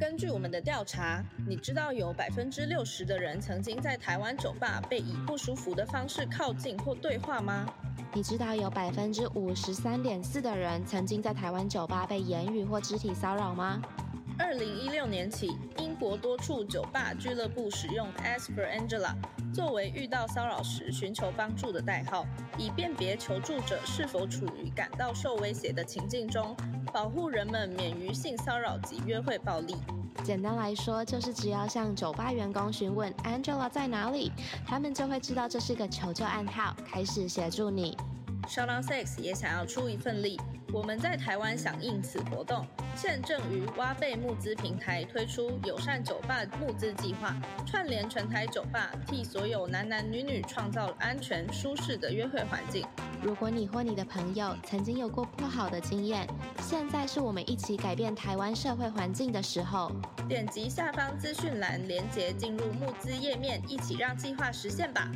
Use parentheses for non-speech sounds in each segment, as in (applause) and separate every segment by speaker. Speaker 1: 根据我们的调查，你知道有百分之六十的人曾经在台湾酒吧被以不舒服的方式靠近或对话吗？
Speaker 2: 你知道有百分之五十三点四的人曾经在台湾酒吧被言语或肢体骚扰吗？
Speaker 1: 二零一六年起，英国多处酒吧俱乐部使用 Asper Angela 作为遇到骚扰时寻求帮助的代号，以辨别求助者是否处于感到受威胁的情境中，保护人们免于性骚扰及约会暴力。
Speaker 2: 简单来说，就是只要向酒吧员工询问 Angela 在哪里，他们就会知道这是个求救暗号，开始协助你。
Speaker 1: Shout Sex 也想要出一份力，我们在台湾响应此活动，现正于挖贝募资平台推出友善酒吧募资计划，串联全台酒吧，替所有男男女女创造安全舒适的约会环境。
Speaker 2: 如果你或你的朋友曾经有过不好的经验，现在是我们一起改变台湾社会环境的时候。
Speaker 1: 点击下方资讯栏连结进入募资页面，一起让计划实现吧！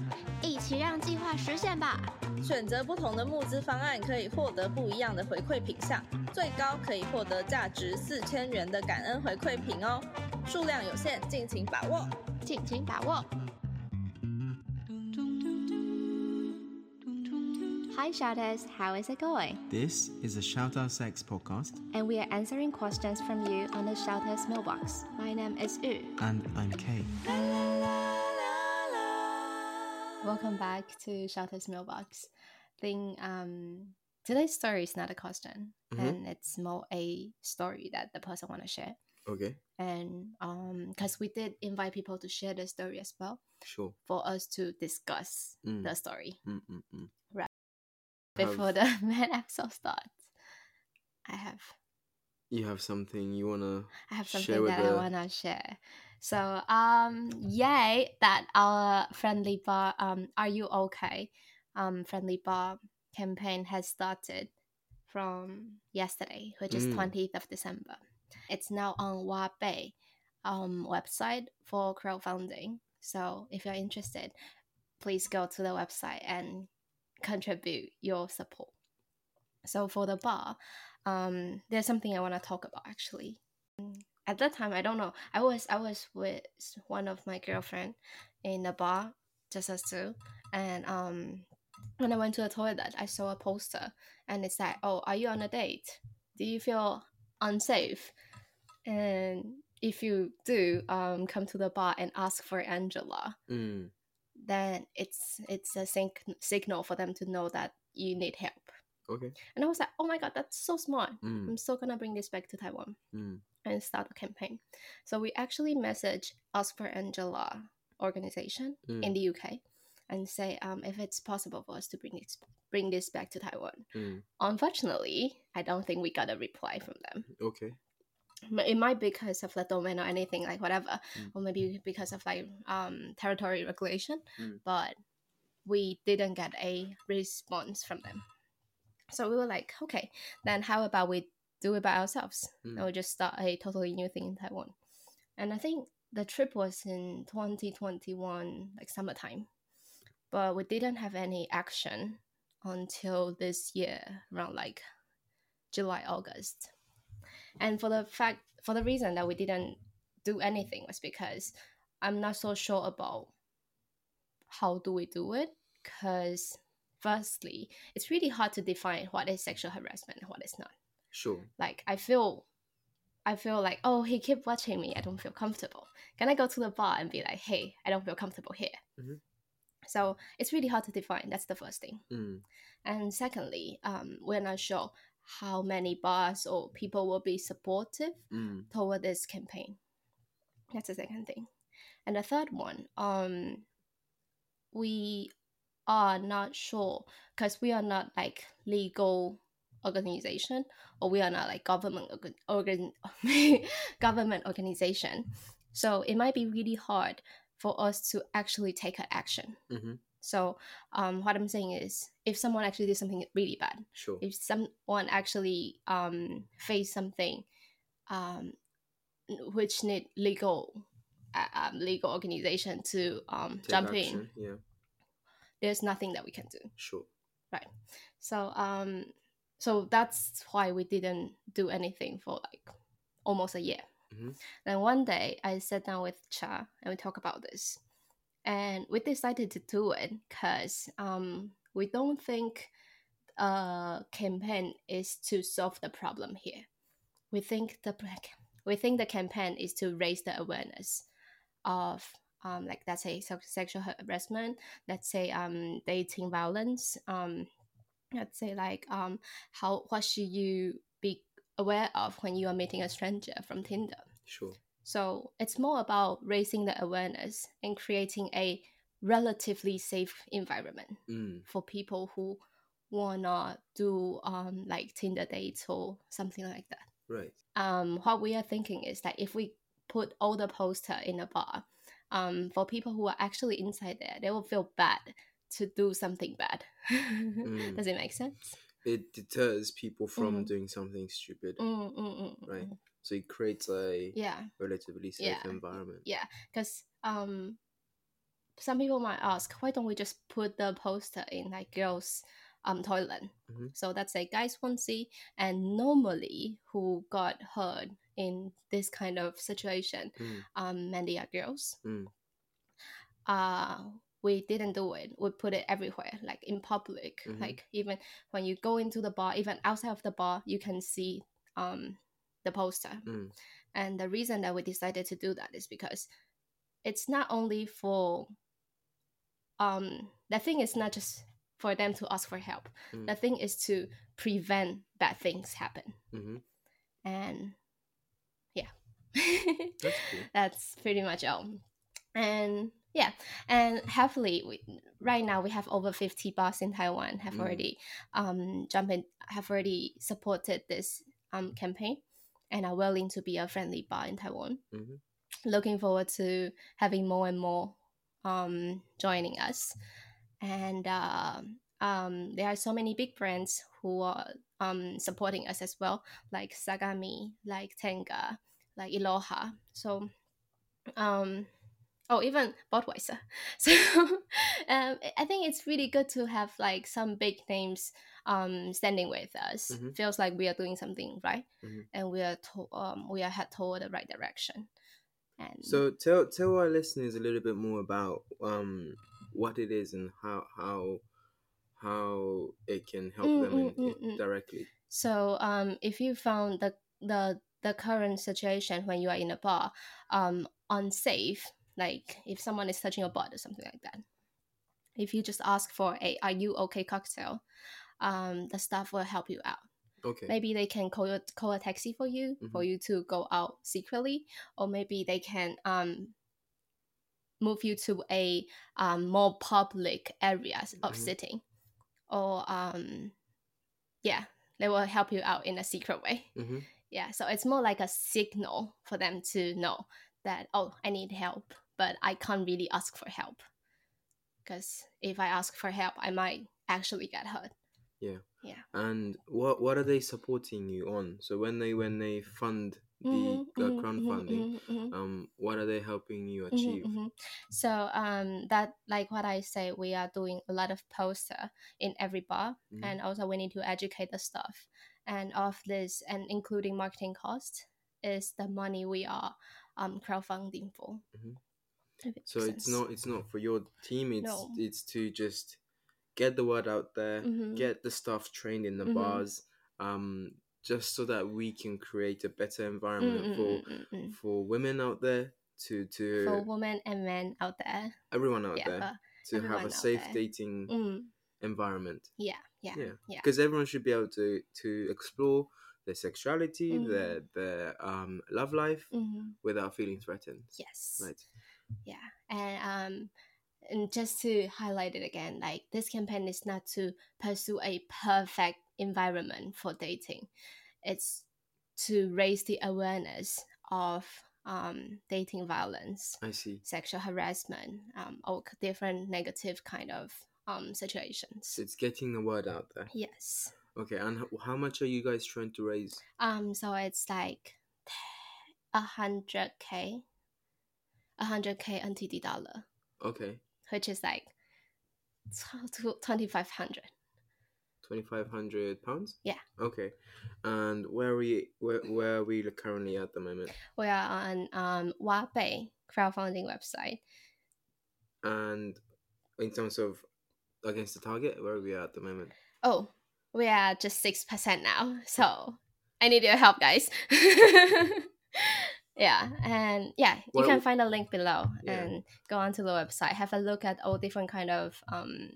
Speaker 2: 一起让计划实现吧！
Speaker 1: 选择不同的募资方案，可以获得不一样的回馈品项，最高可以获得价值四千元的感恩回馈品哦，数量有限，敬请把握。
Speaker 2: 尽情把握。Hi, shouters, how is it going?
Speaker 3: This is a Shout Out Sex podcast,
Speaker 2: And we are answering questions from you on the shouters mailbox. My name is Yu.
Speaker 3: and I'm Kay.
Speaker 2: Welcome back to shouters mailbox. Think um today's story is not a question, and it's more a story that the person want to share.
Speaker 3: Okay,
Speaker 2: And um, because we did invite people to share the story as well
Speaker 3: sure.
Speaker 2: for us to discuss
Speaker 3: Mm.
Speaker 2: the story.
Speaker 3: Mm-mm-mm.
Speaker 2: Right.
Speaker 3: Have-
Speaker 2: Before the (laughs) main episode starts, I have
Speaker 3: you have something you wanna
Speaker 2: I have
Speaker 3: Share
Speaker 2: something
Speaker 3: with
Speaker 2: that I
Speaker 3: the-
Speaker 2: wanna share. So um yay that our friendly bar um are you okay um friendly bar campaign has started from yesterday, which is
Speaker 3: Mm.
Speaker 2: twentieth of December. It's now on Wape um website for crowdfunding. So if you're interested, please go to the website and contribute your support. So for the bar, um, there's something I want to talk about actually. Mm, At that time, I don't know. I was I was with one of my girlfriend in the bar, just us two, and um, when I went to the toilet, I saw a poster, and it's like, "Oh, are you on a date? Do you feel unsafe?" And if you do, um, come to the bar and ask for Angela
Speaker 3: Mm.
Speaker 2: then it's it's a sync- signal for them to know that you need help.
Speaker 3: Okay.
Speaker 2: And I was like, oh my god, that's so smart.
Speaker 3: Mm.
Speaker 2: I'm still gonna bring this back to Taiwan
Speaker 3: Mm.
Speaker 2: and start a campaign. So we actually message Ask for Angela organization
Speaker 3: Mm.
Speaker 2: in the UK and say um, if it's possible for us to bring this bring this back to Taiwan.
Speaker 3: Mm.
Speaker 2: Unfortunately, I don't think we got a reply from them.
Speaker 3: Okay.
Speaker 2: M- it might be because of the domain or anything like whatever
Speaker 3: Mm.
Speaker 2: or maybe because of like um territory regulation
Speaker 3: Mm.
Speaker 2: but we didn't get a response from them so we were like okay then how about we do it by ourselves
Speaker 3: Mm.
Speaker 2: and we just start a totally new thing in taiwan and i think the trip was in 2021 like summertime but we didn't have any action until this year around like july august and for the fact for the reason that we didn't do anything was because i'm not so sure about how do we do it because firstly it's really hard to define what is sexual harassment and what is not
Speaker 3: Sure.
Speaker 2: like i feel i feel like oh he kept watching me i don't feel comfortable can i go to the bar and be like hey i don't feel comfortable here
Speaker 3: Mhm.
Speaker 2: so it's really hard to define that's the first thing
Speaker 3: Mm.
Speaker 2: and secondly um, we're not sure how many bars or people will be supportive
Speaker 3: Mm.
Speaker 2: toward this campaign. That's the second thing. And the third one, um, we are not sure because we are not like legal organization or we are not like government organ, organ (laughs) government organization. So it might be really hard for us to actually take an action.
Speaker 3: hmm
Speaker 2: So um, what I'm saying is, if someone actually did something really bad,
Speaker 3: Sure.
Speaker 2: if someone actually um, face something um, which need legal uh, um, legal organization to um,
Speaker 3: Take
Speaker 2: jump in,
Speaker 3: action. Yeah.
Speaker 2: there's nothing that we can do.
Speaker 3: Sure.
Speaker 2: So um, so that's why we didn't do anything for like almost a year.
Speaker 3: Mhm.
Speaker 2: Then one day I sat down with Cha and we talked about this. And we decided to do it because um, we don't think a campaign is to solve the problem here. We think the we think the campaign is to raise the awareness of um, like let's say sex- sexual harassment, let's say um, dating violence, um, let's say like um, how what should you be aware of when you are meeting a stranger from Tinder.
Speaker 3: Sure.
Speaker 2: So it's more about raising the awareness and creating a relatively safe environment
Speaker 3: Mm.
Speaker 2: for people who wanna do um like Tinder dates or something like that.
Speaker 3: Right.
Speaker 2: Um, what we are thinking is that if we put all the poster in a bar, um, for people who are actually inside there, they will feel bad to do something bad. (laughs)
Speaker 3: Mm.
Speaker 2: Does it make sense?
Speaker 3: It deters people from
Speaker 2: Mhm.
Speaker 3: doing something stupid.
Speaker 2: Mm, mm, mm, mm,
Speaker 3: Right.
Speaker 2: mm.
Speaker 3: So it creates a
Speaker 2: Yeah.
Speaker 3: relatively safe
Speaker 2: Yeah.
Speaker 3: environment.
Speaker 2: yeah because um some people might ask why don't we just put the poster in like girls um toilet
Speaker 3: Mhm.
Speaker 2: so that's a guys won't see and normally who got hurt in this kind of situation
Speaker 3: Mm.
Speaker 2: um mainly are girls
Speaker 3: Mm.
Speaker 2: uh we didn't do it we put it everywhere like in public
Speaker 3: Mhm.
Speaker 2: like even when you go into the bar even outside of the bar you can see um the poster
Speaker 3: Mm.
Speaker 2: and the reason that we decided to do that is because it's not only for um the thing is not just for them to ask for help.
Speaker 3: Mm.
Speaker 2: The thing is to prevent bad things happen.
Speaker 3: Mhm.
Speaker 2: And yeah. (laughs)
Speaker 3: That's cool.
Speaker 2: That's pretty much all. And yeah, and happily, we, right now we have over fifty bars in Taiwan have
Speaker 3: Mm.
Speaker 2: already um jump in, have already supported this um campaign, and are willing to be a friendly bar in Taiwan.
Speaker 3: Mhm.
Speaker 2: Looking forward to having more and more um joining us, and um um there are so many big brands who are um supporting us as well, like Sagami, like Tenga, like Iloha. So um oh even budweiser (laughs) so um i think it's really good to have like some big names um standing with us
Speaker 3: Mhm.
Speaker 2: feels like we are doing something right
Speaker 3: Mhm.
Speaker 2: and we are to- um we are head toward the right direction and
Speaker 3: So tell tell our listeners a little bit more about um what it is and how how how it can help
Speaker 2: Mm,
Speaker 3: them in,
Speaker 2: mm,
Speaker 3: in-
Speaker 2: mm, mm.
Speaker 3: directly.
Speaker 2: So um, if you found the the the current situation when you are in a bar um, unsafe, like if someone is touching your butt or something like that, if you just ask for a "Are you okay?" cocktail, um, the staff will help you out.
Speaker 3: Okay.
Speaker 2: Maybe they can call a, call a taxi for you
Speaker 3: Mm-hmm.
Speaker 2: for you to go out secretly, or maybe they can um, move you to a um, more public areas of
Speaker 3: Mhm.
Speaker 2: sitting, or um, yeah, they will help you out in a secret way.
Speaker 3: Mm-hmm.
Speaker 2: Yeah, so it's more like a signal for them to know that, oh, I need help, but I can't really ask for help. Because if I ask for help, I might actually get hurt.
Speaker 3: And what what are they supporting you on? So when they when they fund the
Speaker 2: Mhm,
Speaker 3: uh,
Speaker 2: mhm, mhm,
Speaker 3: crowdfunding,
Speaker 2: mhm, mhm,
Speaker 3: um, what are they helping you
Speaker 2: mhm,
Speaker 3: achieve?
Speaker 2: mhm. So, um, that, like what I say, we are doing a lot of poster in every bar,
Speaker 3: Mhm.
Speaker 2: and also we need to educate the staff. And of this, and including marketing costs, is the money we are um, crowdfunding for.
Speaker 3: Mhm.
Speaker 2: If it makes
Speaker 3: So it's
Speaker 2: sense.
Speaker 3: not it's not for your team. It's
Speaker 2: No.
Speaker 3: it's to just get the word out there,
Speaker 2: Mhm.
Speaker 3: get the staff trained in the
Speaker 2: Mhm.
Speaker 3: bars, um, just so that we can create a better
Speaker 2: Mm,
Speaker 3: environment
Speaker 2: mm,
Speaker 3: for
Speaker 2: mm, mm, mm.
Speaker 3: for women out there to to
Speaker 2: for women and men out there.
Speaker 3: everyone out
Speaker 2: Yeah,
Speaker 3: there
Speaker 2: uh,
Speaker 3: to have
Speaker 2: everyone
Speaker 3: a
Speaker 2: out
Speaker 3: safe
Speaker 2: there.
Speaker 3: dating
Speaker 2: mm,
Speaker 3: environment.
Speaker 2: yeah, yeah,
Speaker 3: Yeah.
Speaker 2: yeah.
Speaker 3: Because everyone should be able to to explore their sexuality,
Speaker 2: Mm.
Speaker 3: their their um love life
Speaker 2: hmm
Speaker 3: without feeling threatened.
Speaker 2: Yes.
Speaker 3: Right.
Speaker 2: Yeah, and um, and just to highlight it again, like this campaign is not to pursue a perfect environment for dating. It's to raise the awareness of um, dating violence,
Speaker 3: I see.
Speaker 2: sexual harassment, um, or different negative kind of um, situations.
Speaker 3: So it's getting the word out there.
Speaker 2: Yes.
Speaker 3: Okay, and h- how much are you guys trying to raise?
Speaker 2: Um, so it's like a hundred k, a hundred k NTD dollar,
Speaker 3: Okay,
Speaker 2: which is like twenty five hundred.
Speaker 3: twenty five hundred pounds.
Speaker 2: Yeah.
Speaker 3: Okay, and where are we? Where where are we currently at the moment?
Speaker 2: We are on um, Wabei crowdfunding website.
Speaker 3: And in terms of against the target, where are we at the moment?
Speaker 2: Oh, we are just 6% now. So I need your help, guys. (laughs) yeah. And yeah, you
Speaker 3: Well-
Speaker 2: can find a link below
Speaker 3: Yeah.
Speaker 2: and go onto the website. Have a look at all different kind of um,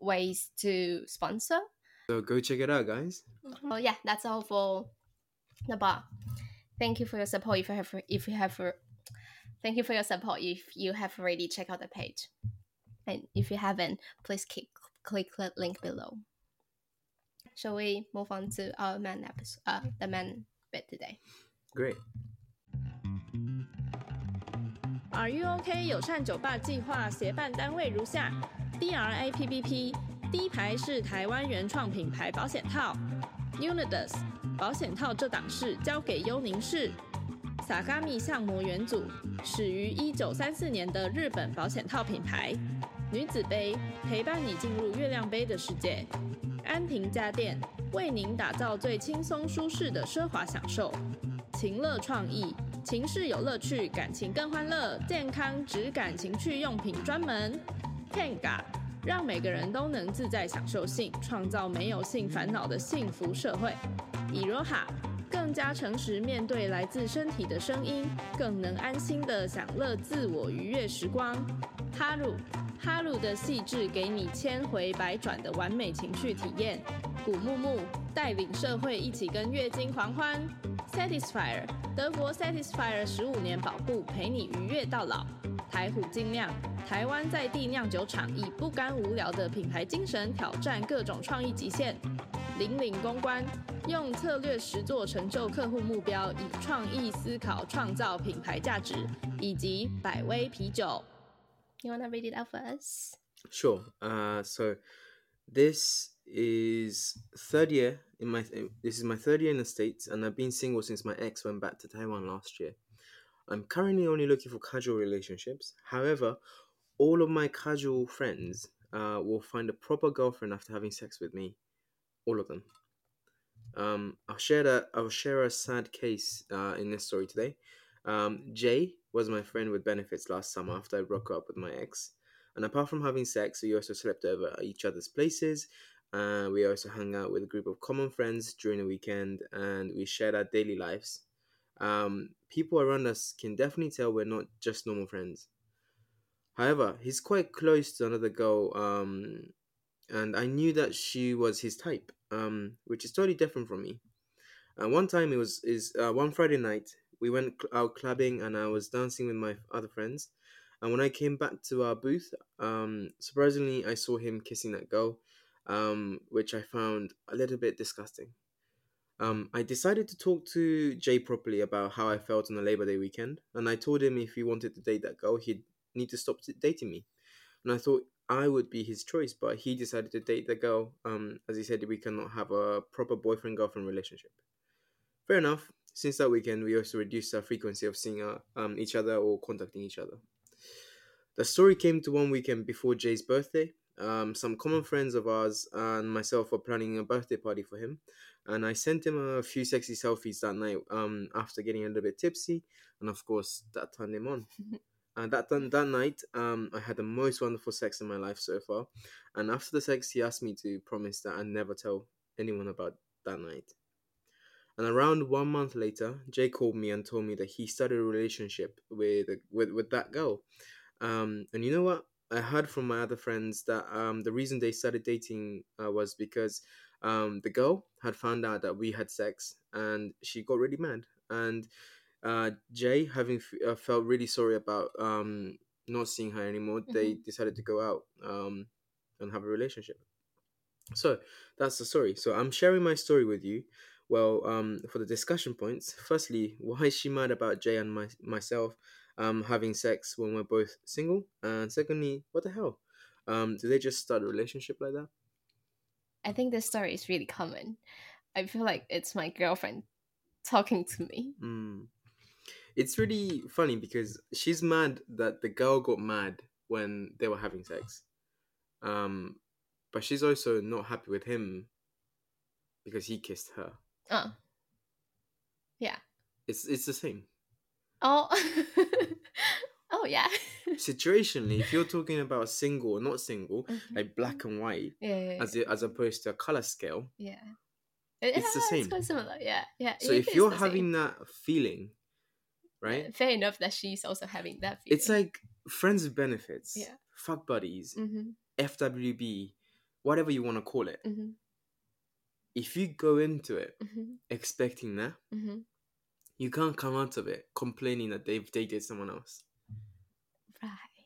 Speaker 2: ways to sponsor.
Speaker 3: So go check it out, guys.
Speaker 2: Oh yeah, that's all for the bar. Thank you for your support. If you have, if you have, thank you for your support. If you have already checked out the page, and if you haven't, please click click the link below. Shall we move on to our man episode? Uh, the man bit today.
Speaker 3: Great.
Speaker 1: Are You OK 友善酒吧计划协办单位如下：DRAPPP，第一排是台湾原创品牌保险套；Unidas，保险套这档事交给幽宁市。萨嘎米项目元祖，始于一九三四年的日本保险套品牌。女子杯陪伴你进入月亮杯的世界。安平家电为您打造最轻松舒适的奢华享受。情乐创意，情事有乐趣，感情更欢乐，健康质感情趣用品专门。Tenga，让每个人都能自在享受性，创造没有性烦恼的幸福社会。Iroha，更加诚实面对来自身体的声音，更能安心的享乐自我愉悦时光。Haru，哈鲁的细致给你千回百转的完美情绪体验。古木木带领社会一起跟月经狂欢。Satisfier 德国 Satisfier 十五年保护，陪你愉悦到老。台虎精酿台湾在地酿酒厂以不甘无聊的品牌精神挑战各种创意极限。引领公关，用策略实作成就客户目标，以创意思考创造品牌价值，以及百威啤酒。
Speaker 2: You wanna read it out for us?
Speaker 3: Sure. Uh, so this is third year in my. This is my third year in the states, and I've been single since my ex went back to Taiwan last year. I'm currently only looking for casual relationships. However, all of my casual friends uh, will find a proper girlfriend after having sex with me. All of them. Um, I'll share that. I'll share a sad case uh, in this story today. Um, Jay was my friend with benefits last summer after I broke up with my ex. And apart from having sex, we also slept over at each other's places. Uh, we also hung out with a group of common friends during the weekend and we shared our daily lives. Um, people around us can definitely tell we're not just normal friends. However, he's quite close to another girl, um, and I knew that she was his type, um, which is totally different from me. Uh, one time it was is uh, one Friday night we went cl- out clubbing and I was dancing with my other friends, and when I came back to our booth, um, surprisingly, I saw him kissing that girl, um, which I found a little bit disgusting. Um, I decided to talk to Jay properly about how I felt on the Labor Day weekend, and I told him if he wanted to date that girl, he'd need to stop t- dating me. And I thought I would be his choice, but he decided to date the girl. Um, as he said, we cannot have a proper boyfriend girlfriend relationship. Fair enough. Since that weekend, we also reduced our frequency of seeing our, um, each other or contacting each other. The story came to one weekend before Jay's birthday. Um, some common friends of ours and myself were planning a birthday party for him, and I sent him a few sexy selfies that night. Um, after getting a little bit tipsy, and of course that turned him on. and that done, that night, um, I had the most wonderful sex in my life so far. And after the sex, he asked me to promise that I'd never tell anyone about that night. And around one month later, Jay called me and told me that he started a relationship with with with that girl. Um, and you know what? I heard from my other friends that um, the reason they started dating uh, was because um, the girl had found out that we had sex and she got really mad. And uh, Jay, having f- uh, felt really sorry about um, not seeing her anymore, they decided to go out um, and have a relationship. So that's the story. So I'm sharing my story with you. Well, um, for the discussion points, firstly, why is she mad about Jay and my- myself um, having sex when we're both single? And secondly, what the hell? Um, do they just start a relationship like that?
Speaker 2: I think this story is really common. I feel like it's my girlfriend talking to me.
Speaker 3: Mm. It's really funny because she's mad that the girl got mad when they were having sex. Um, But she's also not happy with him because he kissed her.
Speaker 2: Oh. Yeah.
Speaker 3: It's it's the
Speaker 2: (laughs)
Speaker 3: same.
Speaker 2: Oh. (laughs) oh yeah.
Speaker 3: Situationally, if you're talking about single or not single,
Speaker 2: Mhm.
Speaker 3: like black and white,
Speaker 2: yeah, yeah, yeah.
Speaker 3: as it, as opposed to a color scale.
Speaker 2: yeah.
Speaker 3: it's the
Speaker 2: Yeah,
Speaker 3: same.
Speaker 2: It's quite similar. Yeah, yeah.
Speaker 3: So
Speaker 2: it
Speaker 3: if
Speaker 2: is
Speaker 3: you're
Speaker 2: the same.
Speaker 3: having that feeling, right?
Speaker 2: fair enough that she's also having that. Feeling.
Speaker 3: It's like friends with benefits,
Speaker 2: Yeah.
Speaker 3: fuck buddies,
Speaker 2: Mm-hmm,
Speaker 3: FWB, whatever you want to call it.
Speaker 2: mm-hmm,
Speaker 3: If you go into it
Speaker 2: mm-hmm,
Speaker 3: expecting that,
Speaker 2: mm-hmm.
Speaker 3: you can't come out of it complaining that they've dated someone else.
Speaker 2: Right.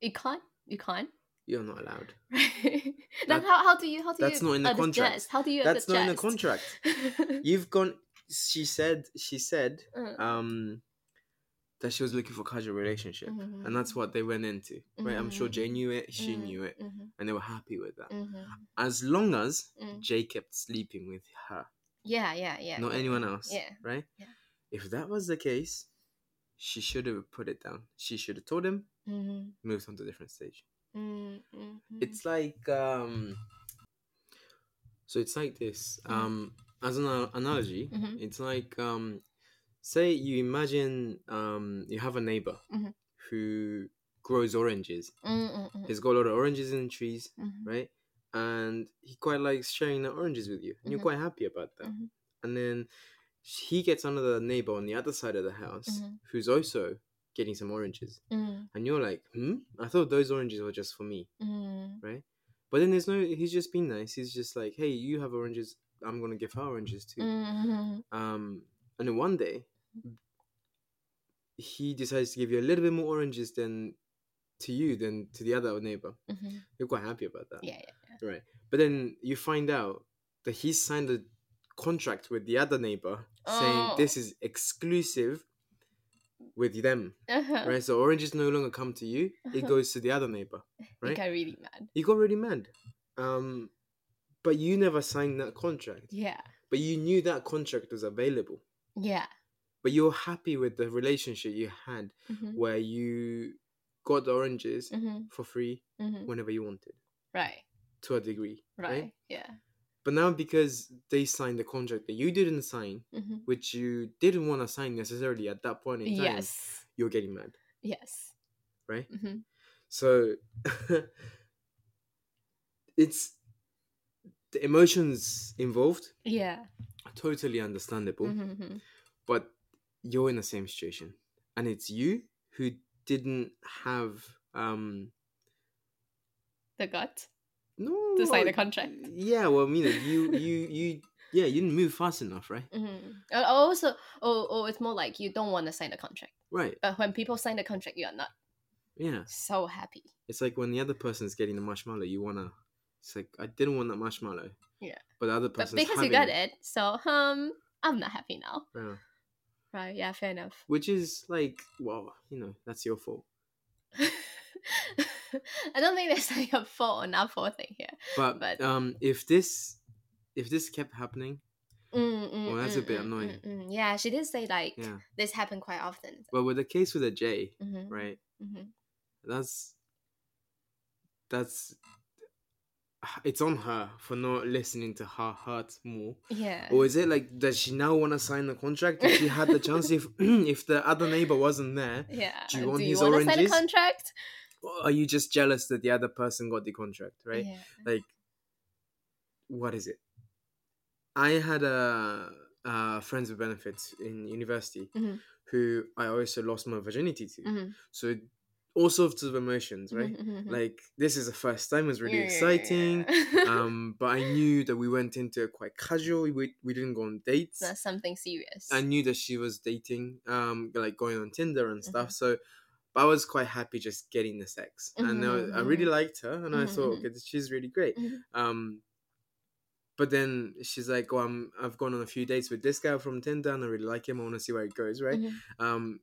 Speaker 2: You can't. You can't.
Speaker 3: You're not allowed.
Speaker 2: Right.
Speaker 3: That-
Speaker 2: (laughs) then how, how do you how do
Speaker 3: that's
Speaker 2: you
Speaker 3: not in the
Speaker 2: adjust?
Speaker 3: contract.
Speaker 2: How do you
Speaker 3: That's not in the
Speaker 2: adjust?
Speaker 3: contract.
Speaker 2: (laughs)
Speaker 3: You've gone. She said. She said
Speaker 2: Uh,
Speaker 3: um that she was looking for casual relationship,
Speaker 2: Mhm.
Speaker 3: and that's what they went into. Right? I'm sure Jay knew it. She
Speaker 2: Mhm,
Speaker 3: knew it,
Speaker 2: mhm,
Speaker 3: and they were happy with that.
Speaker 2: mhm,
Speaker 3: As long as
Speaker 2: mm.
Speaker 3: Jay kept sleeping with her,
Speaker 2: Yeah, yeah, yeah.
Speaker 3: not
Speaker 2: yeah.
Speaker 3: anyone else.
Speaker 2: Yeah.
Speaker 3: Right.
Speaker 2: Yeah.
Speaker 3: If that was the case, she should have put it down. She should have told him.
Speaker 2: Mhm,
Speaker 3: Moved on to a different stage.
Speaker 2: mm, mm, mm.
Speaker 3: it's like um so it's like this
Speaker 2: Mhm.
Speaker 3: um as an a- analogy
Speaker 2: Mhm.
Speaker 3: it's like um say you imagine um you have a neighbor
Speaker 2: Mhm.
Speaker 3: who grows oranges
Speaker 2: Mm, mm, mm,
Speaker 3: he's got a lot of oranges in the trees
Speaker 2: mhm,
Speaker 3: right and he quite likes sharing the oranges with you and you're
Speaker 2: Mhm.
Speaker 3: quite happy about that
Speaker 2: Mhm.
Speaker 3: and then he gets another neighbor on the other side of the house
Speaker 2: Mhm.
Speaker 3: who's also getting some oranges
Speaker 2: mm,
Speaker 3: and you're like hmm i thought those oranges were just for me
Speaker 2: mm.
Speaker 3: but then there's no. He's just been nice. He's just like, hey, you have oranges. I'm gonna give her oranges too.
Speaker 2: Mhm,
Speaker 3: Um, and then one day, he decides to give you a little bit more oranges than to you than to the other neighbor.
Speaker 2: mhm.
Speaker 3: You're quite happy about that,
Speaker 2: Yeah, yeah.
Speaker 3: right? But then you find out that he signed a contract with the other neighbor saying
Speaker 2: Oh.
Speaker 3: this is exclusive with them,
Speaker 2: Uh-huh.
Speaker 3: right? So oranges no longer come to you. It
Speaker 2: (laughs) Uh-huh.
Speaker 3: goes to the other neighbor.
Speaker 2: (laughs) You
Speaker 3: right?
Speaker 2: got really mad.
Speaker 3: You got really mad. Um, but you never signed that contract.
Speaker 2: Yeah,
Speaker 3: But you knew that contract was available.
Speaker 2: yeah.
Speaker 3: But you're happy with the relationship you had
Speaker 2: Mm-hmm,
Speaker 3: where you got the oranges
Speaker 2: mm-hmm,
Speaker 3: for free
Speaker 2: mm-hmm.
Speaker 3: whenever you wanted
Speaker 2: Right,
Speaker 3: to a degree.
Speaker 2: right, yeah.
Speaker 3: But now because they signed the contract that you didn't sign,
Speaker 2: Mm-hmm.
Speaker 3: which you didn't want to sign necessarily at that point in time,
Speaker 2: Yes,
Speaker 3: you're getting mad.
Speaker 2: yes.
Speaker 3: Right?
Speaker 2: Mm-hmm.
Speaker 3: So (laughs) it's the emotions involved
Speaker 2: Yeah.
Speaker 3: totally understandable.
Speaker 2: Mm-hmm.
Speaker 3: but you're in the same situation and it's you who didn't have um
Speaker 2: The gut.
Speaker 3: no
Speaker 2: To sign the
Speaker 3: uh,
Speaker 2: contract.
Speaker 3: yeah well you know you you you yeah you didn't move fast enough right
Speaker 2: Mm-hmm. Also, oh, oh, it's more like you don't want to sign the contract.
Speaker 3: right
Speaker 2: But when people sign the contract, you are not
Speaker 3: yeah
Speaker 2: so happy.
Speaker 3: it's like when the other person's getting the marshmallow you wanna it's like i didn't want that marshmallow
Speaker 2: Yeah.
Speaker 3: but the other
Speaker 2: But
Speaker 3: person's
Speaker 2: because you
Speaker 3: having
Speaker 2: got it, so um, I'm not happy now.
Speaker 3: Yeah.
Speaker 2: Right? Yeah, fair enough. (laughs)
Speaker 3: which is like well you know that's your fault
Speaker 2: I don't think there's like a fault or not fault thing here.
Speaker 3: but,
Speaker 2: But-
Speaker 3: um if this if this kept happening
Speaker 2: Mm, mm,
Speaker 3: Well, that's a
Speaker 2: mm,
Speaker 3: bit
Speaker 2: mm,
Speaker 3: annoying.
Speaker 2: mm, mm. Yeah, she did say like
Speaker 3: yeah
Speaker 2: this happened quite often.
Speaker 3: but with the case with the j
Speaker 2: Mm-hmm.
Speaker 3: right
Speaker 2: Mm-hmm.
Speaker 3: that's that's it's on her for not listening to her heart more
Speaker 2: Yeah.
Speaker 3: or is it like does she now want to sign the contract if she had the chance if (clears throat) if the other neighbor wasn't there
Speaker 2: yeah.
Speaker 3: Do you want these
Speaker 2: wanna sign a
Speaker 3: oranges?
Speaker 2: contract?
Speaker 3: or are you just jealous that the other person got the contract right
Speaker 2: Yeah.
Speaker 3: like what is it i had a uh, friends with benefits in university
Speaker 2: Mhm.
Speaker 3: who i also lost my virginity to
Speaker 2: Mhm,
Speaker 3: so all sorts of emotions right
Speaker 2: mhm, mhm, mhm.
Speaker 3: like this is the first time it was really
Speaker 2: Yeah, yeah, yeah,
Speaker 3: exciting
Speaker 2: (laughs) yeah.
Speaker 3: um but i knew that we went into it quite casual we, we didn't go on dates
Speaker 2: Not something serious.
Speaker 3: i knew that she was dating um like going on tinder and stuff
Speaker 2: Mm-hmm.
Speaker 3: so but i was quite happy just getting the sex and I,
Speaker 2: Mhm,
Speaker 3: I really
Speaker 2: mhm.
Speaker 3: liked her and i
Speaker 2: Mhm,
Speaker 3: thought
Speaker 2: mhm.
Speaker 3: okay she's really great
Speaker 2: Mhm.
Speaker 3: um but then she's like, "Oh, I'm, I've gone on a few dates with this guy from Tinder, and I really like him. I want to see where it goes, right?"
Speaker 2: Mhm.
Speaker 3: Um,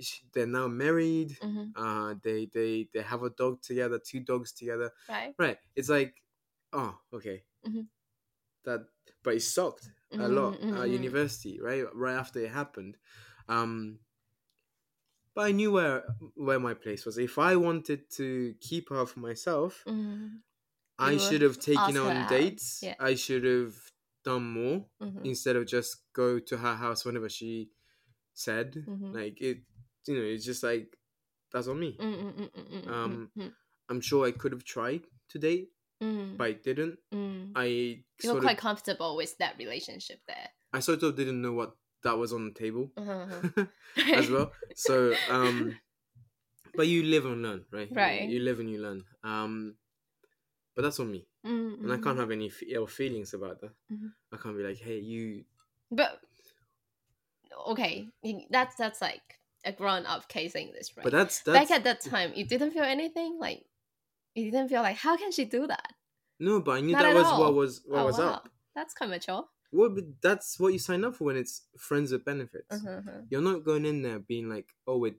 Speaker 3: she, they're now married.
Speaker 2: Mhm.
Speaker 3: Uh, they they they have a dog together, two dogs together.
Speaker 2: Right.
Speaker 3: Right. It's like, oh, okay.
Speaker 2: Mhm.
Speaker 3: That, but it sucked a lot uh,
Speaker 2: Mhm,
Speaker 3: at
Speaker 2: mhm.
Speaker 3: university, right? Right after it happened. Um, but I knew where where my place was. If I wanted to keep her for myself,
Speaker 2: Mm.
Speaker 3: I
Speaker 2: You
Speaker 3: should have
Speaker 2: ask
Speaker 3: taken
Speaker 2: her
Speaker 3: her on
Speaker 2: out,
Speaker 3: dates.
Speaker 2: yeah.
Speaker 3: I should have done more
Speaker 2: Mhm,
Speaker 3: instead of just go to her house whenever she said.
Speaker 2: mhm.
Speaker 3: Like it, you know, it's just like that's on me.
Speaker 2: Mm, mm, mm, mm, mm, mm,
Speaker 3: Um,
Speaker 2: mm,
Speaker 3: I'm sure I could have tried to date,
Speaker 2: mm,
Speaker 3: but I didn't.
Speaker 2: mm.
Speaker 3: I
Speaker 2: you were
Speaker 3: sort
Speaker 2: quite
Speaker 3: of,
Speaker 2: comfortable with that relationship there.
Speaker 3: I sort of didn't know what that was on the table
Speaker 2: (laughs) Uh-huh.
Speaker 3: (laughs) as well. So,
Speaker 2: (laughs)
Speaker 3: um, but you live and learn, right? You-
Speaker 2: Right.
Speaker 3: You live and you learn. Um, but that's on me,
Speaker 2: Mm,
Speaker 3: and I
Speaker 2: mhm.
Speaker 3: can't have any f- ill feelings about that.
Speaker 2: Mhm.
Speaker 3: I can't be like, hey, you
Speaker 2: But okay, that's that's like a grown up case English, right?
Speaker 3: But that's that's
Speaker 2: Back at that time, you didn't feel anything like you didn't feel like how can she do that?
Speaker 3: no, but I knew
Speaker 2: Not
Speaker 3: that
Speaker 2: at
Speaker 3: was
Speaker 2: all.
Speaker 3: what was what
Speaker 2: oh
Speaker 3: was
Speaker 2: wow,
Speaker 3: up.
Speaker 2: that's quite mature.
Speaker 3: Well, but that's what you sign up for when it's friends with benefits.
Speaker 2: Uh-huh.
Speaker 3: You're not going in there being like, oh, we're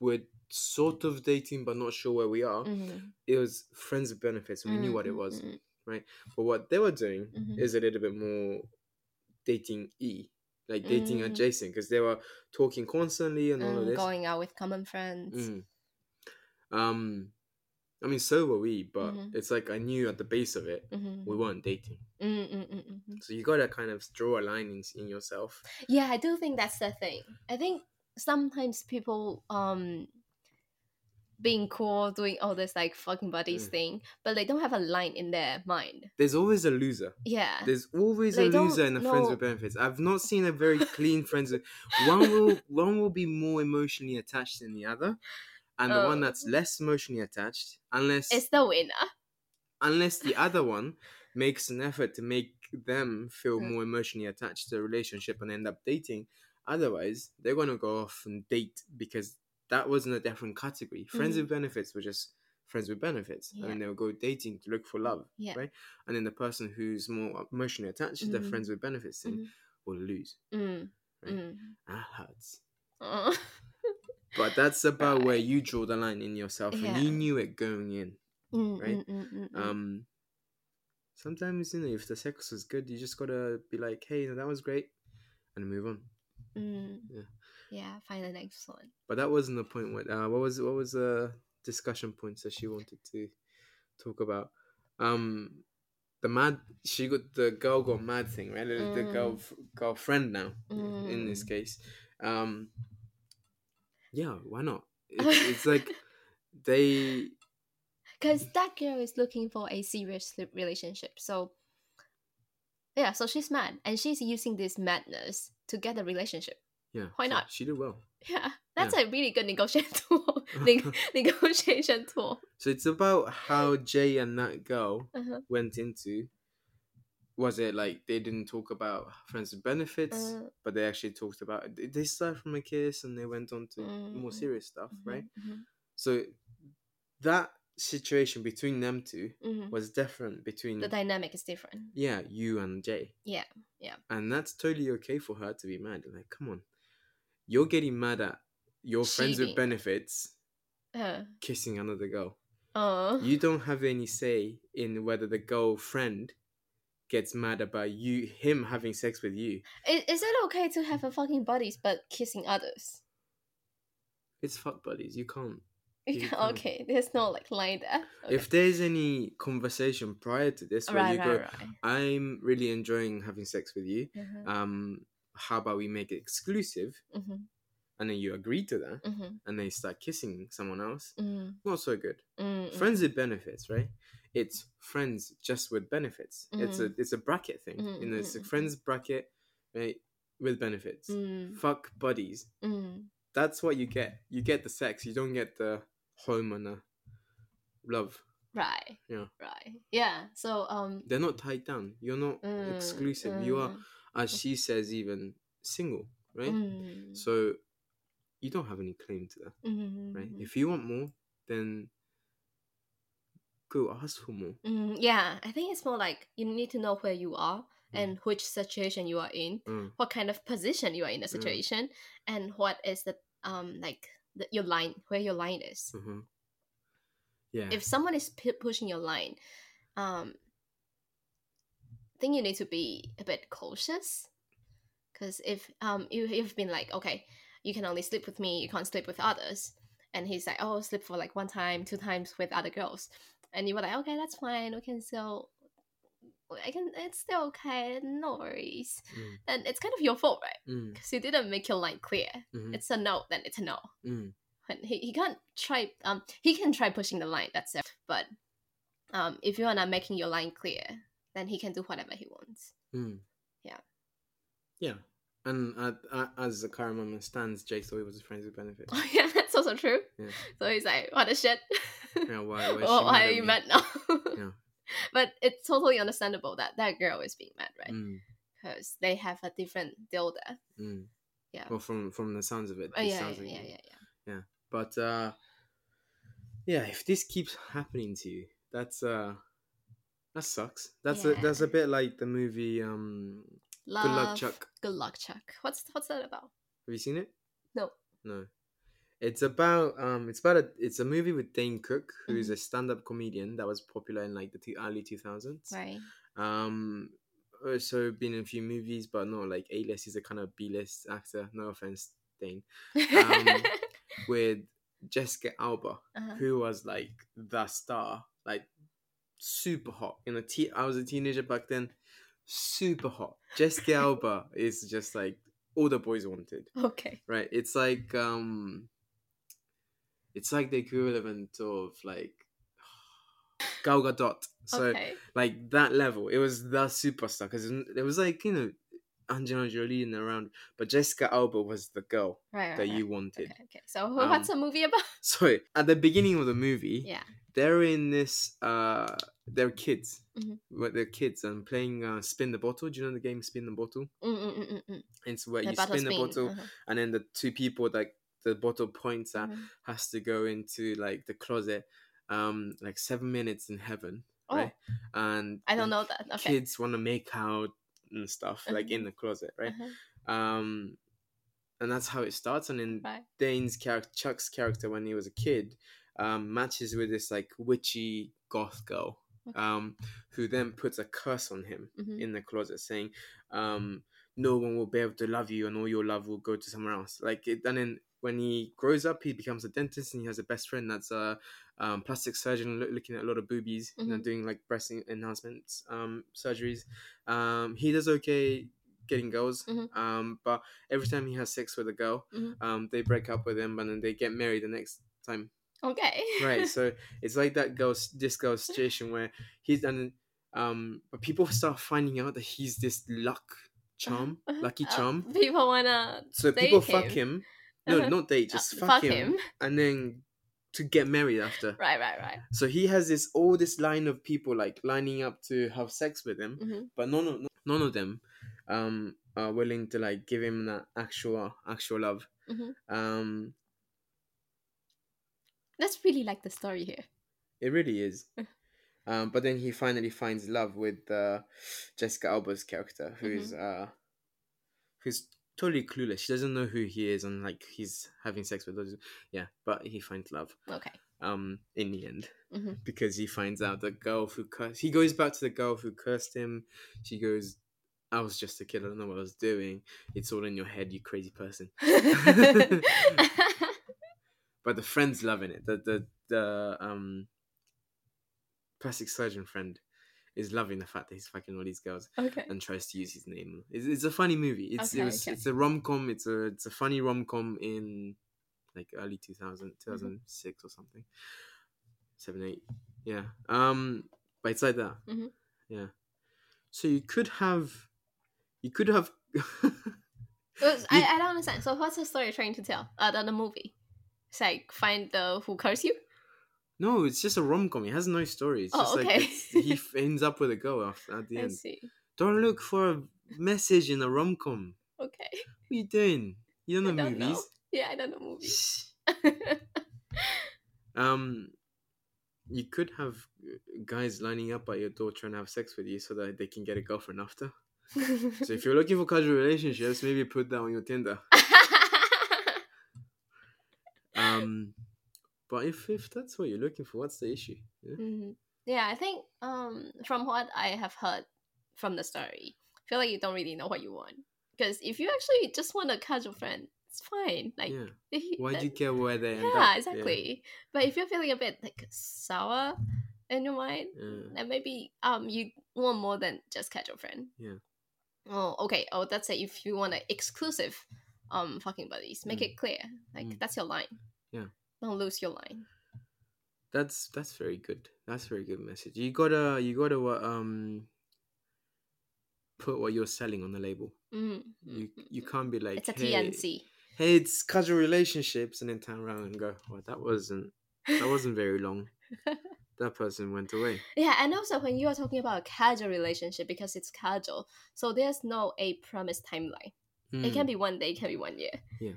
Speaker 3: we're sort of dating but not sure where we are.
Speaker 2: Mhm.
Speaker 3: It was friends with benefits, and we knew what it
Speaker 2: Mhm,
Speaker 3: was.
Speaker 2: mhm,
Speaker 3: But what they were doing
Speaker 2: mhm.
Speaker 3: is a little bit more dating e, like dating
Speaker 2: Mm.
Speaker 3: adjacent, because they were talking constantly and all of
Speaker 2: Mm,
Speaker 3: this.
Speaker 2: going out with common friends.
Speaker 3: Mm. Um, I mean, so were we, but
Speaker 2: Mhm.
Speaker 3: it's like I knew at the base of it
Speaker 2: Mhm.
Speaker 3: we weren't dating.
Speaker 2: Mm, mm, mm, mm, mm.
Speaker 3: So you gotta kind of draw a line in, in yourself.
Speaker 2: Yeah, I do think that's the thing. I think sometimes people um being cool, doing all this like fucking buddies
Speaker 3: Mm.
Speaker 2: thing, but they don't have a line in their mind.
Speaker 3: There's always a loser.
Speaker 2: Yeah.
Speaker 3: There's always
Speaker 2: They
Speaker 3: a
Speaker 2: don't
Speaker 3: loser in a friends
Speaker 2: know-
Speaker 3: with benefits. I've not seen a very clean friends with one will one will be more emotionally attached than the other, and the one
Speaker 2: Oh.
Speaker 3: that's less emotionally attached, unless
Speaker 2: it's the winner.
Speaker 3: unless the other one makes an effort to make them feel
Speaker 2: Mm.
Speaker 3: more emotionally attached to the relationship and end up dating. Otherwise, they're gonna go off and date because that was in a different category. Friends
Speaker 2: Mhm.
Speaker 3: with benefits were just friends with benefits, and then
Speaker 2: Yeah.
Speaker 3: they'll go dating to look for love.
Speaker 2: Yeah.
Speaker 3: Right? And then the person who's more emotionally attached to
Speaker 2: Mhm.
Speaker 3: their friends with benefits thing
Speaker 2: Mhm.
Speaker 3: will lose.
Speaker 2: Mm.
Speaker 3: Right.
Speaker 2: Mm.
Speaker 3: That hurts.
Speaker 2: Uh,
Speaker 3: But that's about where
Speaker 2: Right.
Speaker 3: you draw the line in yourself,
Speaker 2: Yeah.
Speaker 3: and you knew it going in.
Speaker 2: (laughs) mm,
Speaker 3: Right?
Speaker 2: mm, mm, mm, mm.
Speaker 3: Um, sometimes you know if the sex was good, you just gotta be like, hey, you know, that was great, and move on.
Speaker 2: Mm.
Speaker 3: yeah.
Speaker 2: Yeah, find the next one.
Speaker 3: But that wasn't the point. What uh, what was what was the discussion points that she wanted to talk about? Um, the mad she got the girl got mad thing right. The, the girl
Speaker 2: Mm.
Speaker 3: girlfriend now in this case. Um, yeah, why not?
Speaker 2: (laughs)
Speaker 3: It's, it's like they
Speaker 2: Because that girl is looking for a serious li- relationship. So, yeah, so she's mad. And she's using this madness to get a relationship.
Speaker 3: yeah.
Speaker 2: Why
Speaker 3: she-
Speaker 2: not?
Speaker 3: She did well.
Speaker 2: Yeah, that's a really good negotiation (laughs) tool. Neg-
Speaker 3: (laughs)
Speaker 2: negotiation tool.
Speaker 3: So it's about how Jay and that girl
Speaker 2: Uh-huh.
Speaker 3: went into. Was it like they didn't talk about friends with benefits,
Speaker 2: Uh.
Speaker 3: but they actually talked about they- they started from a kiss and they went on to more
Speaker 2: Mm.
Speaker 3: serious stuff, right?
Speaker 2: Mhm,
Speaker 3: So that situation between them two
Speaker 2: mhm, mhm.
Speaker 3: was different between
Speaker 2: The dynamic is different.
Speaker 3: yeah you and Jay.
Speaker 2: Yeah, yeah.
Speaker 3: And that's totally okay for her to be mad. Like, come on, you're getting mad at your friends with
Speaker 2: Cheating.
Speaker 3: benefits
Speaker 2: Uh,
Speaker 3: kissing another girl.
Speaker 2: oh.
Speaker 3: you don't have any say in whether the girlfriend gets mad about you him having sex with you
Speaker 2: I- is it okay to have a fucking buddies but kissing others? (laughs)
Speaker 3: it's fuck buddies you can't
Speaker 2: You
Speaker 3: You
Speaker 2: can-
Speaker 3: can't.
Speaker 2: okay, there's no like line there. Okay.
Speaker 3: if there's any conversation prior to this where
Speaker 2: right,
Speaker 3: you
Speaker 2: right,
Speaker 3: go
Speaker 2: right.
Speaker 3: i'm really enjoying having sex with you
Speaker 2: Uh-huh.
Speaker 3: um how about we make it exclusive
Speaker 2: Mhm,
Speaker 3: and then you agree to that
Speaker 2: mhm,
Speaker 3: and they start kissing someone else
Speaker 2: mm,
Speaker 3: not so good
Speaker 2: mm, mm,
Speaker 3: friends with benefits right it's friends just with benefits it's
Speaker 2: Mm-hmm.
Speaker 3: a it's a bracket thing
Speaker 2: Mm,
Speaker 3: you know it's a
Speaker 2: mm, mm,
Speaker 3: friends bracket right with benefits
Speaker 2: mm,
Speaker 3: fuck buddies
Speaker 2: mm.
Speaker 3: that's what you get you get the sex you don't get the home and the love
Speaker 2: Right.
Speaker 3: Yeah.
Speaker 2: Right. Yeah. So um.
Speaker 3: they're not tied down you're not
Speaker 2: mm,
Speaker 3: exclusive you are
Speaker 2: mm,
Speaker 3: as she says even single right
Speaker 2: mm,
Speaker 3: so you don't have any claim to that
Speaker 2: mm,
Speaker 3: right if you want more then go ask for more
Speaker 2: mm, yeah, I think it's more like you need to know where you are and which situation you are in,
Speaker 3: Mm.
Speaker 2: what kind of position you are in a situation, and what is the um like the, your line where your line is.
Speaker 3: uh-huh. yeah
Speaker 2: if someone is p- pushing your line um i think you need to be a bit cautious because if um you, you've been like okay you can only sleep with me you can't sleep with others and he's like oh sleep for like one time two times with other girls and you were like, okay, that's fine. We can still, I can. It's still okay. No worries.
Speaker 3: Mm.
Speaker 2: And it's kind of your fault, right?
Speaker 3: Mm.
Speaker 2: Because you didn't make your line clear.
Speaker 3: Mhm.
Speaker 2: It's a no. Then it's a no.
Speaker 3: Mm.
Speaker 2: And he, he can't try. Um, he can try pushing the line. That's it. But um, if you are not making your line clear, then he can do whatever he wants. (laughs)
Speaker 3: Mm.
Speaker 2: Yeah.
Speaker 3: Yeah. And uh, uh, as the current moment stands, Jake's always was a friends with
Speaker 2: (laughs)
Speaker 3: benefit.
Speaker 2: Oh yeah, that's also true.
Speaker 3: Yeah.
Speaker 2: So he's like, what the shit?
Speaker 3: Yeah, why-
Speaker 2: (laughs)
Speaker 3: why is
Speaker 2: oh,
Speaker 3: she
Speaker 2: why
Speaker 3: mad
Speaker 2: are
Speaker 3: at
Speaker 2: you
Speaker 3: me?
Speaker 2: mad now? (laughs)
Speaker 3: Yeah.
Speaker 2: But it's totally understandable that that girl is being mad, right?
Speaker 3: Mm.
Speaker 2: Because they have a different deal there.
Speaker 3: Mm.
Speaker 2: Yeah.
Speaker 3: Well, from from the sounds of it,
Speaker 2: Oh,
Speaker 3: it
Speaker 2: yeah, yeah,
Speaker 3: sounds
Speaker 2: yeah,
Speaker 3: like
Speaker 2: yeah,
Speaker 3: you-
Speaker 2: yeah,
Speaker 3: But uh, yeah, if this keeps happening to you, that's uh, that sucks. That's a,
Speaker 2: Yeah.
Speaker 3: that's a bit like the movie. Um,
Speaker 2: Love,
Speaker 3: good luck, Chuck.
Speaker 2: Good luck, Chuck. What's what's that about?
Speaker 3: Have you seen it?
Speaker 2: No.
Speaker 3: No. It's about um, it's about a, it's a movie with Dane Cook, who's
Speaker 2: Mhm.
Speaker 3: a stand-up comedian that was popular in like the two, early two thousands.
Speaker 2: Right. (laughs)
Speaker 3: Um, also been in a few movies, but not like A list. He's a kind of B list actor. No offense, Dane. Um,
Speaker 2: (laughs)
Speaker 3: With Jessica Alba,
Speaker 2: Uh-huh.
Speaker 3: who was like the star, like super hot. You know, te- I was a teenager back then, super hot. Jessica
Speaker 2: (laughs)
Speaker 3: Alba is just like all the boys wanted,
Speaker 2: Okay.
Speaker 3: right? It's like um, it's like the equivalent of like (sighs) Gal Gadot. So
Speaker 2: okay.
Speaker 3: like that level, it was the superstar because it was like you know Angelina Jolie and around, but Jessica Alba was the girl
Speaker 2: Right. Right.
Speaker 3: that
Speaker 2: right.
Speaker 3: you Um, wanted.
Speaker 2: Okay. Okay. So wh- what's the movie about?
Speaker 3: So at the beginning of the movie,
Speaker 2: yeah.
Speaker 3: they're in this uh they're kids
Speaker 2: Mhm.
Speaker 3: but they're kids and playing uh, spin the bottle do you know the game spin the bottle
Speaker 2: Mm, Mm-mm-mm-mm.
Speaker 3: it's where you spin, the bottle
Speaker 2: uh-huh.
Speaker 3: and then the two people that the bottle points at
Speaker 2: Mm-hmm.
Speaker 3: has to go into like the closet um like seven minutes in heaven
Speaker 2: Oh.
Speaker 3: right and
Speaker 2: I don't
Speaker 3: the
Speaker 2: know that. Okay.
Speaker 3: kids want to make out and stuff like in the closet right
Speaker 2: Uh-huh.
Speaker 3: um and that's how it starts and then
Speaker 2: Right.
Speaker 3: Dane's character, Chuck's character when he was a kid, um, matches with this like witchy goth girl,
Speaker 2: Okay.
Speaker 3: um, who then puts a curse on him
Speaker 2: Mhm.
Speaker 3: in the closet, saying, um, "No one will be able to love you, and all your love will go to someone else." Like, it, and then when he grows up, he becomes a dentist, and he has a best friend that's a um, plastic surgeon, loo- looking at a lot of boobies, you know,
Speaker 2: Mhm.
Speaker 3: doing like breast en- enhancements, um, surgeries. Um, he does okay getting girls,
Speaker 2: Mhm.
Speaker 3: um, but every time he has sex with a girl,
Speaker 2: Mhm.
Speaker 3: um, they break up with him and then they get married the next time.
Speaker 2: Okay.
Speaker 3: Right.
Speaker 2: (laughs)
Speaker 3: so it's like that girl's this girl's situation where he's done um but people start finding out that he's this luck charm,
Speaker 2: (laughs) Uh-huh.
Speaker 3: lucky
Speaker 2: Uh,
Speaker 3: charm.
Speaker 2: people wanna uh,
Speaker 3: So
Speaker 2: date
Speaker 3: people fuck him.
Speaker 2: him.
Speaker 3: No,
Speaker 2: Uh-huh.
Speaker 3: not date,
Speaker 2: Uh,
Speaker 3: just fuck, him, and then to get married after.
Speaker 2: (laughs) Right. Right. Right.
Speaker 3: So he has this all this line of people like lining up to have sex with him,
Speaker 2: Mhm.
Speaker 3: but none of none of them um are willing to like give him that actual actual love.
Speaker 2: Mhm.
Speaker 3: Um
Speaker 2: That's really like the story here.
Speaker 3: It really is. um, but then he finally finds love with uh, Jessica Alba's character, who's uh, who's totally clueless. She doesn't know who he is, and like he's having sex with. Others. Yeah, but he finds love.
Speaker 2: Okay.
Speaker 3: Um, in the end,
Speaker 2: Mhm.
Speaker 3: because he finds out the girl who cursed. He goes back to the girl who cursed him. She goes. I was just a kid. I don't know what I was doing. It's all in your head, you crazy person. (laughs) But the friend's loving it. The the the um plastic surgeon friend is loving the fact that he's fucking all these girls
Speaker 2: okay.
Speaker 3: and tries to use his name. It's, it's a funny movie. It's
Speaker 2: Okay,
Speaker 3: it was,
Speaker 2: okay.
Speaker 3: it's a rom com. It's a it's a funny rom com in like early 2000,
Speaker 2: Mm-hmm.
Speaker 3: 2006 or something, seven eight. Yeah. Um. But it's like that.
Speaker 2: Mhm.
Speaker 3: Yeah. So you could have, you could have. (laughs)
Speaker 2: Was-
Speaker 3: You-
Speaker 2: I, I don't understand. So what's the story trying to tell? Uh, the, the movie. It's like find the who curse you.
Speaker 3: no, it's just a rom com. It has no story. It's
Speaker 2: Oh,
Speaker 3: just like
Speaker 2: okay.
Speaker 3: it's, he f- ends up with a girl after,
Speaker 2: (laughs)
Speaker 3: at the
Speaker 2: I
Speaker 3: end.
Speaker 2: see.
Speaker 3: Don't look for a message in a rom com.
Speaker 2: Okay. (laughs)
Speaker 3: What are you doing? You
Speaker 2: I
Speaker 3: don't know
Speaker 2: don't know.
Speaker 3: movies.
Speaker 2: Yeah, I don't know movies.
Speaker 3: Shh.
Speaker 2: (laughs)
Speaker 3: Um, you could have guys lining up at your door trying to have sex with you so that they can get a girlfriend after. So if you're looking for casual relationships, maybe put that on your Tinder. Um, but if if that's what you're looking for, what's the issue? Yeah.
Speaker 2: Mhm. yeah, I think um from what I have heard from the story, I feel like you don't really know what you want. Because if you actually just want a casual friend, it's fine. Like uh,
Speaker 3: yeah.
Speaker 2: he-
Speaker 3: Why do you
Speaker 2: that-
Speaker 3: care where they end up?
Speaker 2: yeah, exactly. But if you're feeling a bit like sour in your mind.
Speaker 3: Yeah.
Speaker 2: And maybe um you want more than just casual friend.
Speaker 3: Yeah.
Speaker 2: Oh, okay. Oh, that's it. If you want an exclusive um fucking buddies, make it clear. Like
Speaker 3: Mm.
Speaker 2: that's your line.
Speaker 3: Yeah.
Speaker 2: Don't lose your line.
Speaker 3: That's that's very good. That's very good message. You gotta you gotta uh, um put what you're selling on the label.
Speaker 2: Mm.
Speaker 3: You you can't be like
Speaker 2: It's a
Speaker 3: hey,
Speaker 2: PNC.
Speaker 3: Hey, it's casual relationships, and then turn around and go, "Well, that wasn't that wasn't very long. that person went away."
Speaker 2: Yeah, and also when you are talking about a casual relationship because it's casual, so there's no a promised timeline. It can
Speaker 3: Mm,
Speaker 2: be one day, it can be one year.
Speaker 3: Yeah.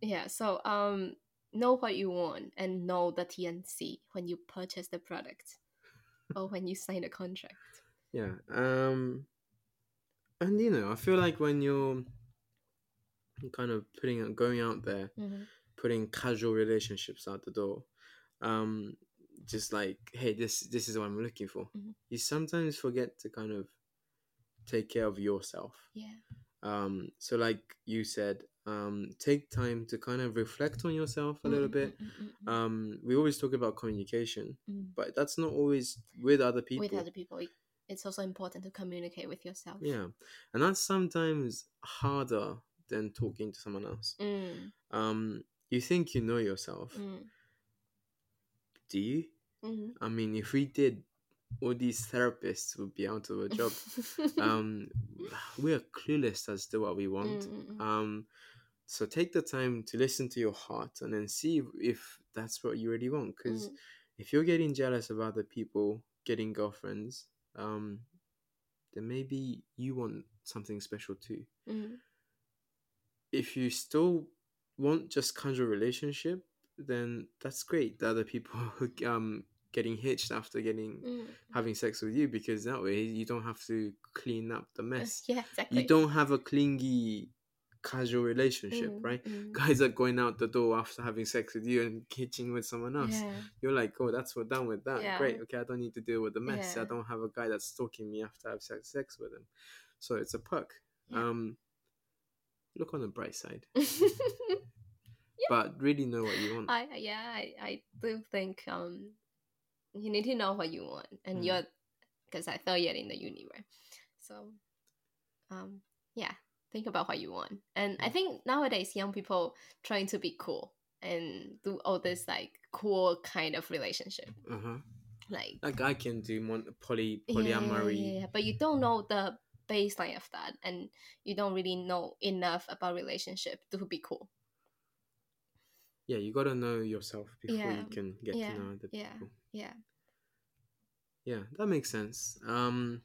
Speaker 2: Yeah, so um know what you want and know the TNC when you purchase the product or when you sign a contract.
Speaker 3: yeah. Um, and you know, I feel like when you're kind of putting out, going out there,
Speaker 2: Mhm.
Speaker 3: putting casual relationships out the door um just like hey this this is what i'm looking for
Speaker 2: Mhm.
Speaker 3: you sometimes forget to kind of take care of yourself
Speaker 2: Yeah.
Speaker 3: um so like you said um take time to kind of reflect on yourself (laughs) a little
Speaker 2: Mm,
Speaker 3: bit
Speaker 2: mm, mm, mm, mm.
Speaker 3: um we always talk about communication
Speaker 2: Mm.
Speaker 3: but that's not always with other people
Speaker 2: With other people, it- it's also important to communicate with yourself.
Speaker 3: yeah and that's sometimes harder than talking to someone else
Speaker 2: Mm,
Speaker 3: um you think you know yourself
Speaker 2: mm,
Speaker 3: do you
Speaker 2: (laughs) mhm.
Speaker 3: I mean, if we did, all these therapists would be out of a
Speaker 2: (laughs)
Speaker 3: job. um, we are clueless as to what we want.
Speaker 2: Mm, mm, mm.
Speaker 3: Um, so take the time to listen to your heart and then see if, if that's what you really want. Because
Speaker 2: Mm.
Speaker 3: if you're getting jealous of other people getting girlfriends, um, then maybe you want something special too.
Speaker 2: Mm,
Speaker 3: If you still want just casual relationship, then that's great. The other people (laughs) um getting hitched after getting
Speaker 2: mm.
Speaker 3: having sex with you because that way you don't have to clean up the
Speaker 2: Uh,
Speaker 3: mess.
Speaker 2: Yeah, exactly.
Speaker 3: You don't have a clingy, casual relationship,
Speaker 2: Mm,
Speaker 3: right?
Speaker 2: mm.
Speaker 3: Guys are going out the door after having sex with you and kitchen with someone else.
Speaker 2: Yeah.
Speaker 3: You're like, oh, that's what done with that.
Speaker 2: Yeah.
Speaker 3: Great. Okay, I don't need to deal with the mess. I
Speaker 2: Yeah.
Speaker 3: don't have a guy that's stalking me after I've had sex with him. So it's a perk.
Speaker 2: Yeah.
Speaker 3: Um, look on the bright side,
Speaker 2: (laughs)
Speaker 3: but really know what you want.
Speaker 2: I I- yeah, I, I do think um you need to know what you want and
Speaker 3: Mm.
Speaker 2: you're because I thought you're in the uni, right? So um yeah, think about what you want. And I think nowadays young people trying to be cool and do all this like cool kind of relationship.
Speaker 3: Uh huh.
Speaker 2: Like
Speaker 3: Like I can do mon- poly
Speaker 2: yeah, yeah,
Speaker 3: polyamory.
Speaker 2: yeah, yeah, but you don't know the baseline of that and you don't really know enough about relationship to be cool.
Speaker 3: yeah, you gotta know yourself before
Speaker 2: Yeah,
Speaker 3: you can get
Speaker 2: yeah,
Speaker 3: to know other
Speaker 2: yeah.
Speaker 3: people.
Speaker 2: Yeah.
Speaker 3: Yeah, that makes sense. Um,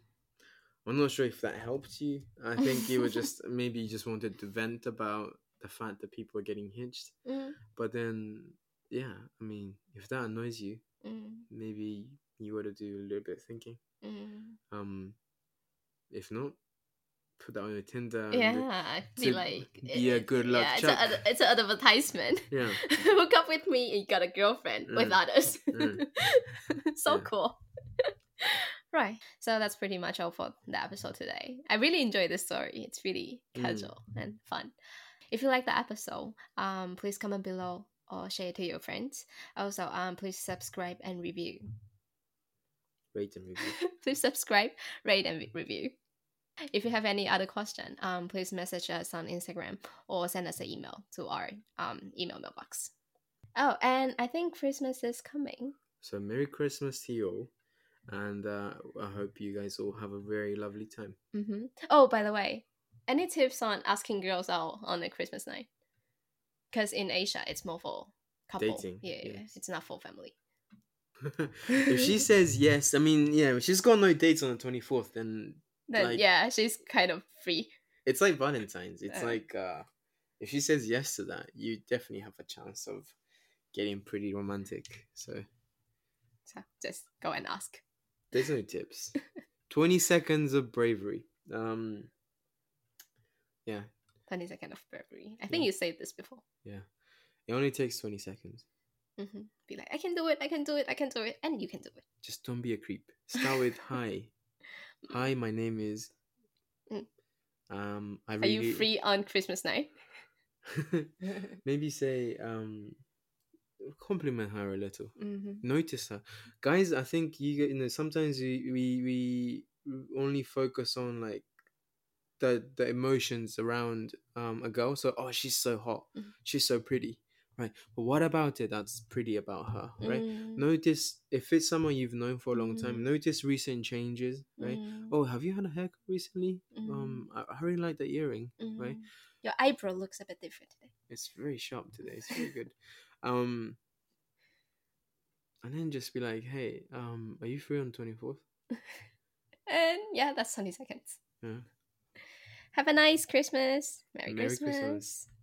Speaker 3: I'm not sure if that helped you. I think you were
Speaker 2: (laughs)
Speaker 3: just maybe you just wanted to vent about the fact that people are getting hitched,
Speaker 2: Mm,
Speaker 3: but then yeah, I mean, if that annoys you,
Speaker 2: mm,
Speaker 3: maybe you gotta do a little bit of thinking.
Speaker 2: mm.
Speaker 3: Um, if not, put that on your Tinder. and look-
Speaker 2: Yeah, I feel
Speaker 3: to
Speaker 2: like
Speaker 3: be a good luck
Speaker 2: yeah, it's, a,
Speaker 3: charm.
Speaker 2: ad- it's an advertisement.
Speaker 3: yeah.
Speaker 2: (laughs) Hook up with me, you got a girlfriend with
Speaker 3: Mm.
Speaker 2: others.
Speaker 3: Mm.
Speaker 2: (laughs) so
Speaker 3: Yeah.
Speaker 2: cool. (laughs) right. So that's pretty much all for the episode today. I really enjoyed this story. It's really
Speaker 3: Mm.
Speaker 2: casual and fun. If you like the episode, um, please comment below or share it to your friends. Also, um, please subscribe and review.
Speaker 3: Rate and review.
Speaker 2: (laughs) please subscribe, rate, and re- review. If you have any other question, um, please message us on Instagram or send us an email to our um, email mailbox. Oh, and I think Christmas is coming.
Speaker 3: So Merry Christmas to you all, and uh, I hope you guys all have a very lovely time. (laughs)
Speaker 2: hmm Oh, by the way, any tips on asking girls out on a Christmas night? Because in Asia, it's more for couple.
Speaker 3: Dating,
Speaker 2: yeah, yeah,
Speaker 3: yes.
Speaker 2: it's not for family.
Speaker 3: if she says yes, I mean, yeah, if she's got no dates on the 24th, then
Speaker 2: Then
Speaker 3: like-
Speaker 2: yeah, she's kind of free.
Speaker 3: it's like Valentine's. It's
Speaker 2: Uh.
Speaker 3: like, uh, if she says yes to that, you definitely have a chance of getting pretty romantic. So
Speaker 2: So just go and ask.
Speaker 3: there's no tips. 20 seconds of bravery. Um, yeah,
Speaker 2: Twenty second of February. I think
Speaker 3: Yeah.
Speaker 2: you said this before.
Speaker 3: it only takes 20 seconds.
Speaker 2: hmm Be like, I can do it, I can do it, I can do it, and you can do it.
Speaker 3: Just don't be a creep. Start
Speaker 2: (laughs)
Speaker 3: with hi. Hi, my name is.
Speaker 2: Mm.
Speaker 3: Um, I
Speaker 2: Are
Speaker 3: really (laughs)
Speaker 2: you free on Christmas night?
Speaker 3: Maybe say um compliment her a little.
Speaker 4: Mm-hmm.
Speaker 3: Notice her, guys. I think you get- you know sometimes we we we only focus on like the the emotions around um a girl. So oh, she's so hot,
Speaker 2: Mm.
Speaker 4: Mhm.
Speaker 3: she's so pretty, right? But what about it that's pretty about her, right?
Speaker 2: Mm-hmm.
Speaker 3: Notice if it's someone you've known for a long time. Notice recent changes, right?
Speaker 2: Mm-hmm.
Speaker 3: Oh, have you had a haircut recently? Um, I, I really like that earring. right?
Speaker 2: Mm-hmm. Your eyebrow looks a bit different today.
Speaker 3: It's very sharp today. It's very good. Um, and then just be like, hey, um, are you free on twenty fourth?
Speaker 2: And yeah, that's 20 seconds.
Speaker 3: Yeah.
Speaker 2: Have a nice Christmas. Merry,
Speaker 3: Merry
Speaker 2: Christmas.
Speaker 3: Christmas.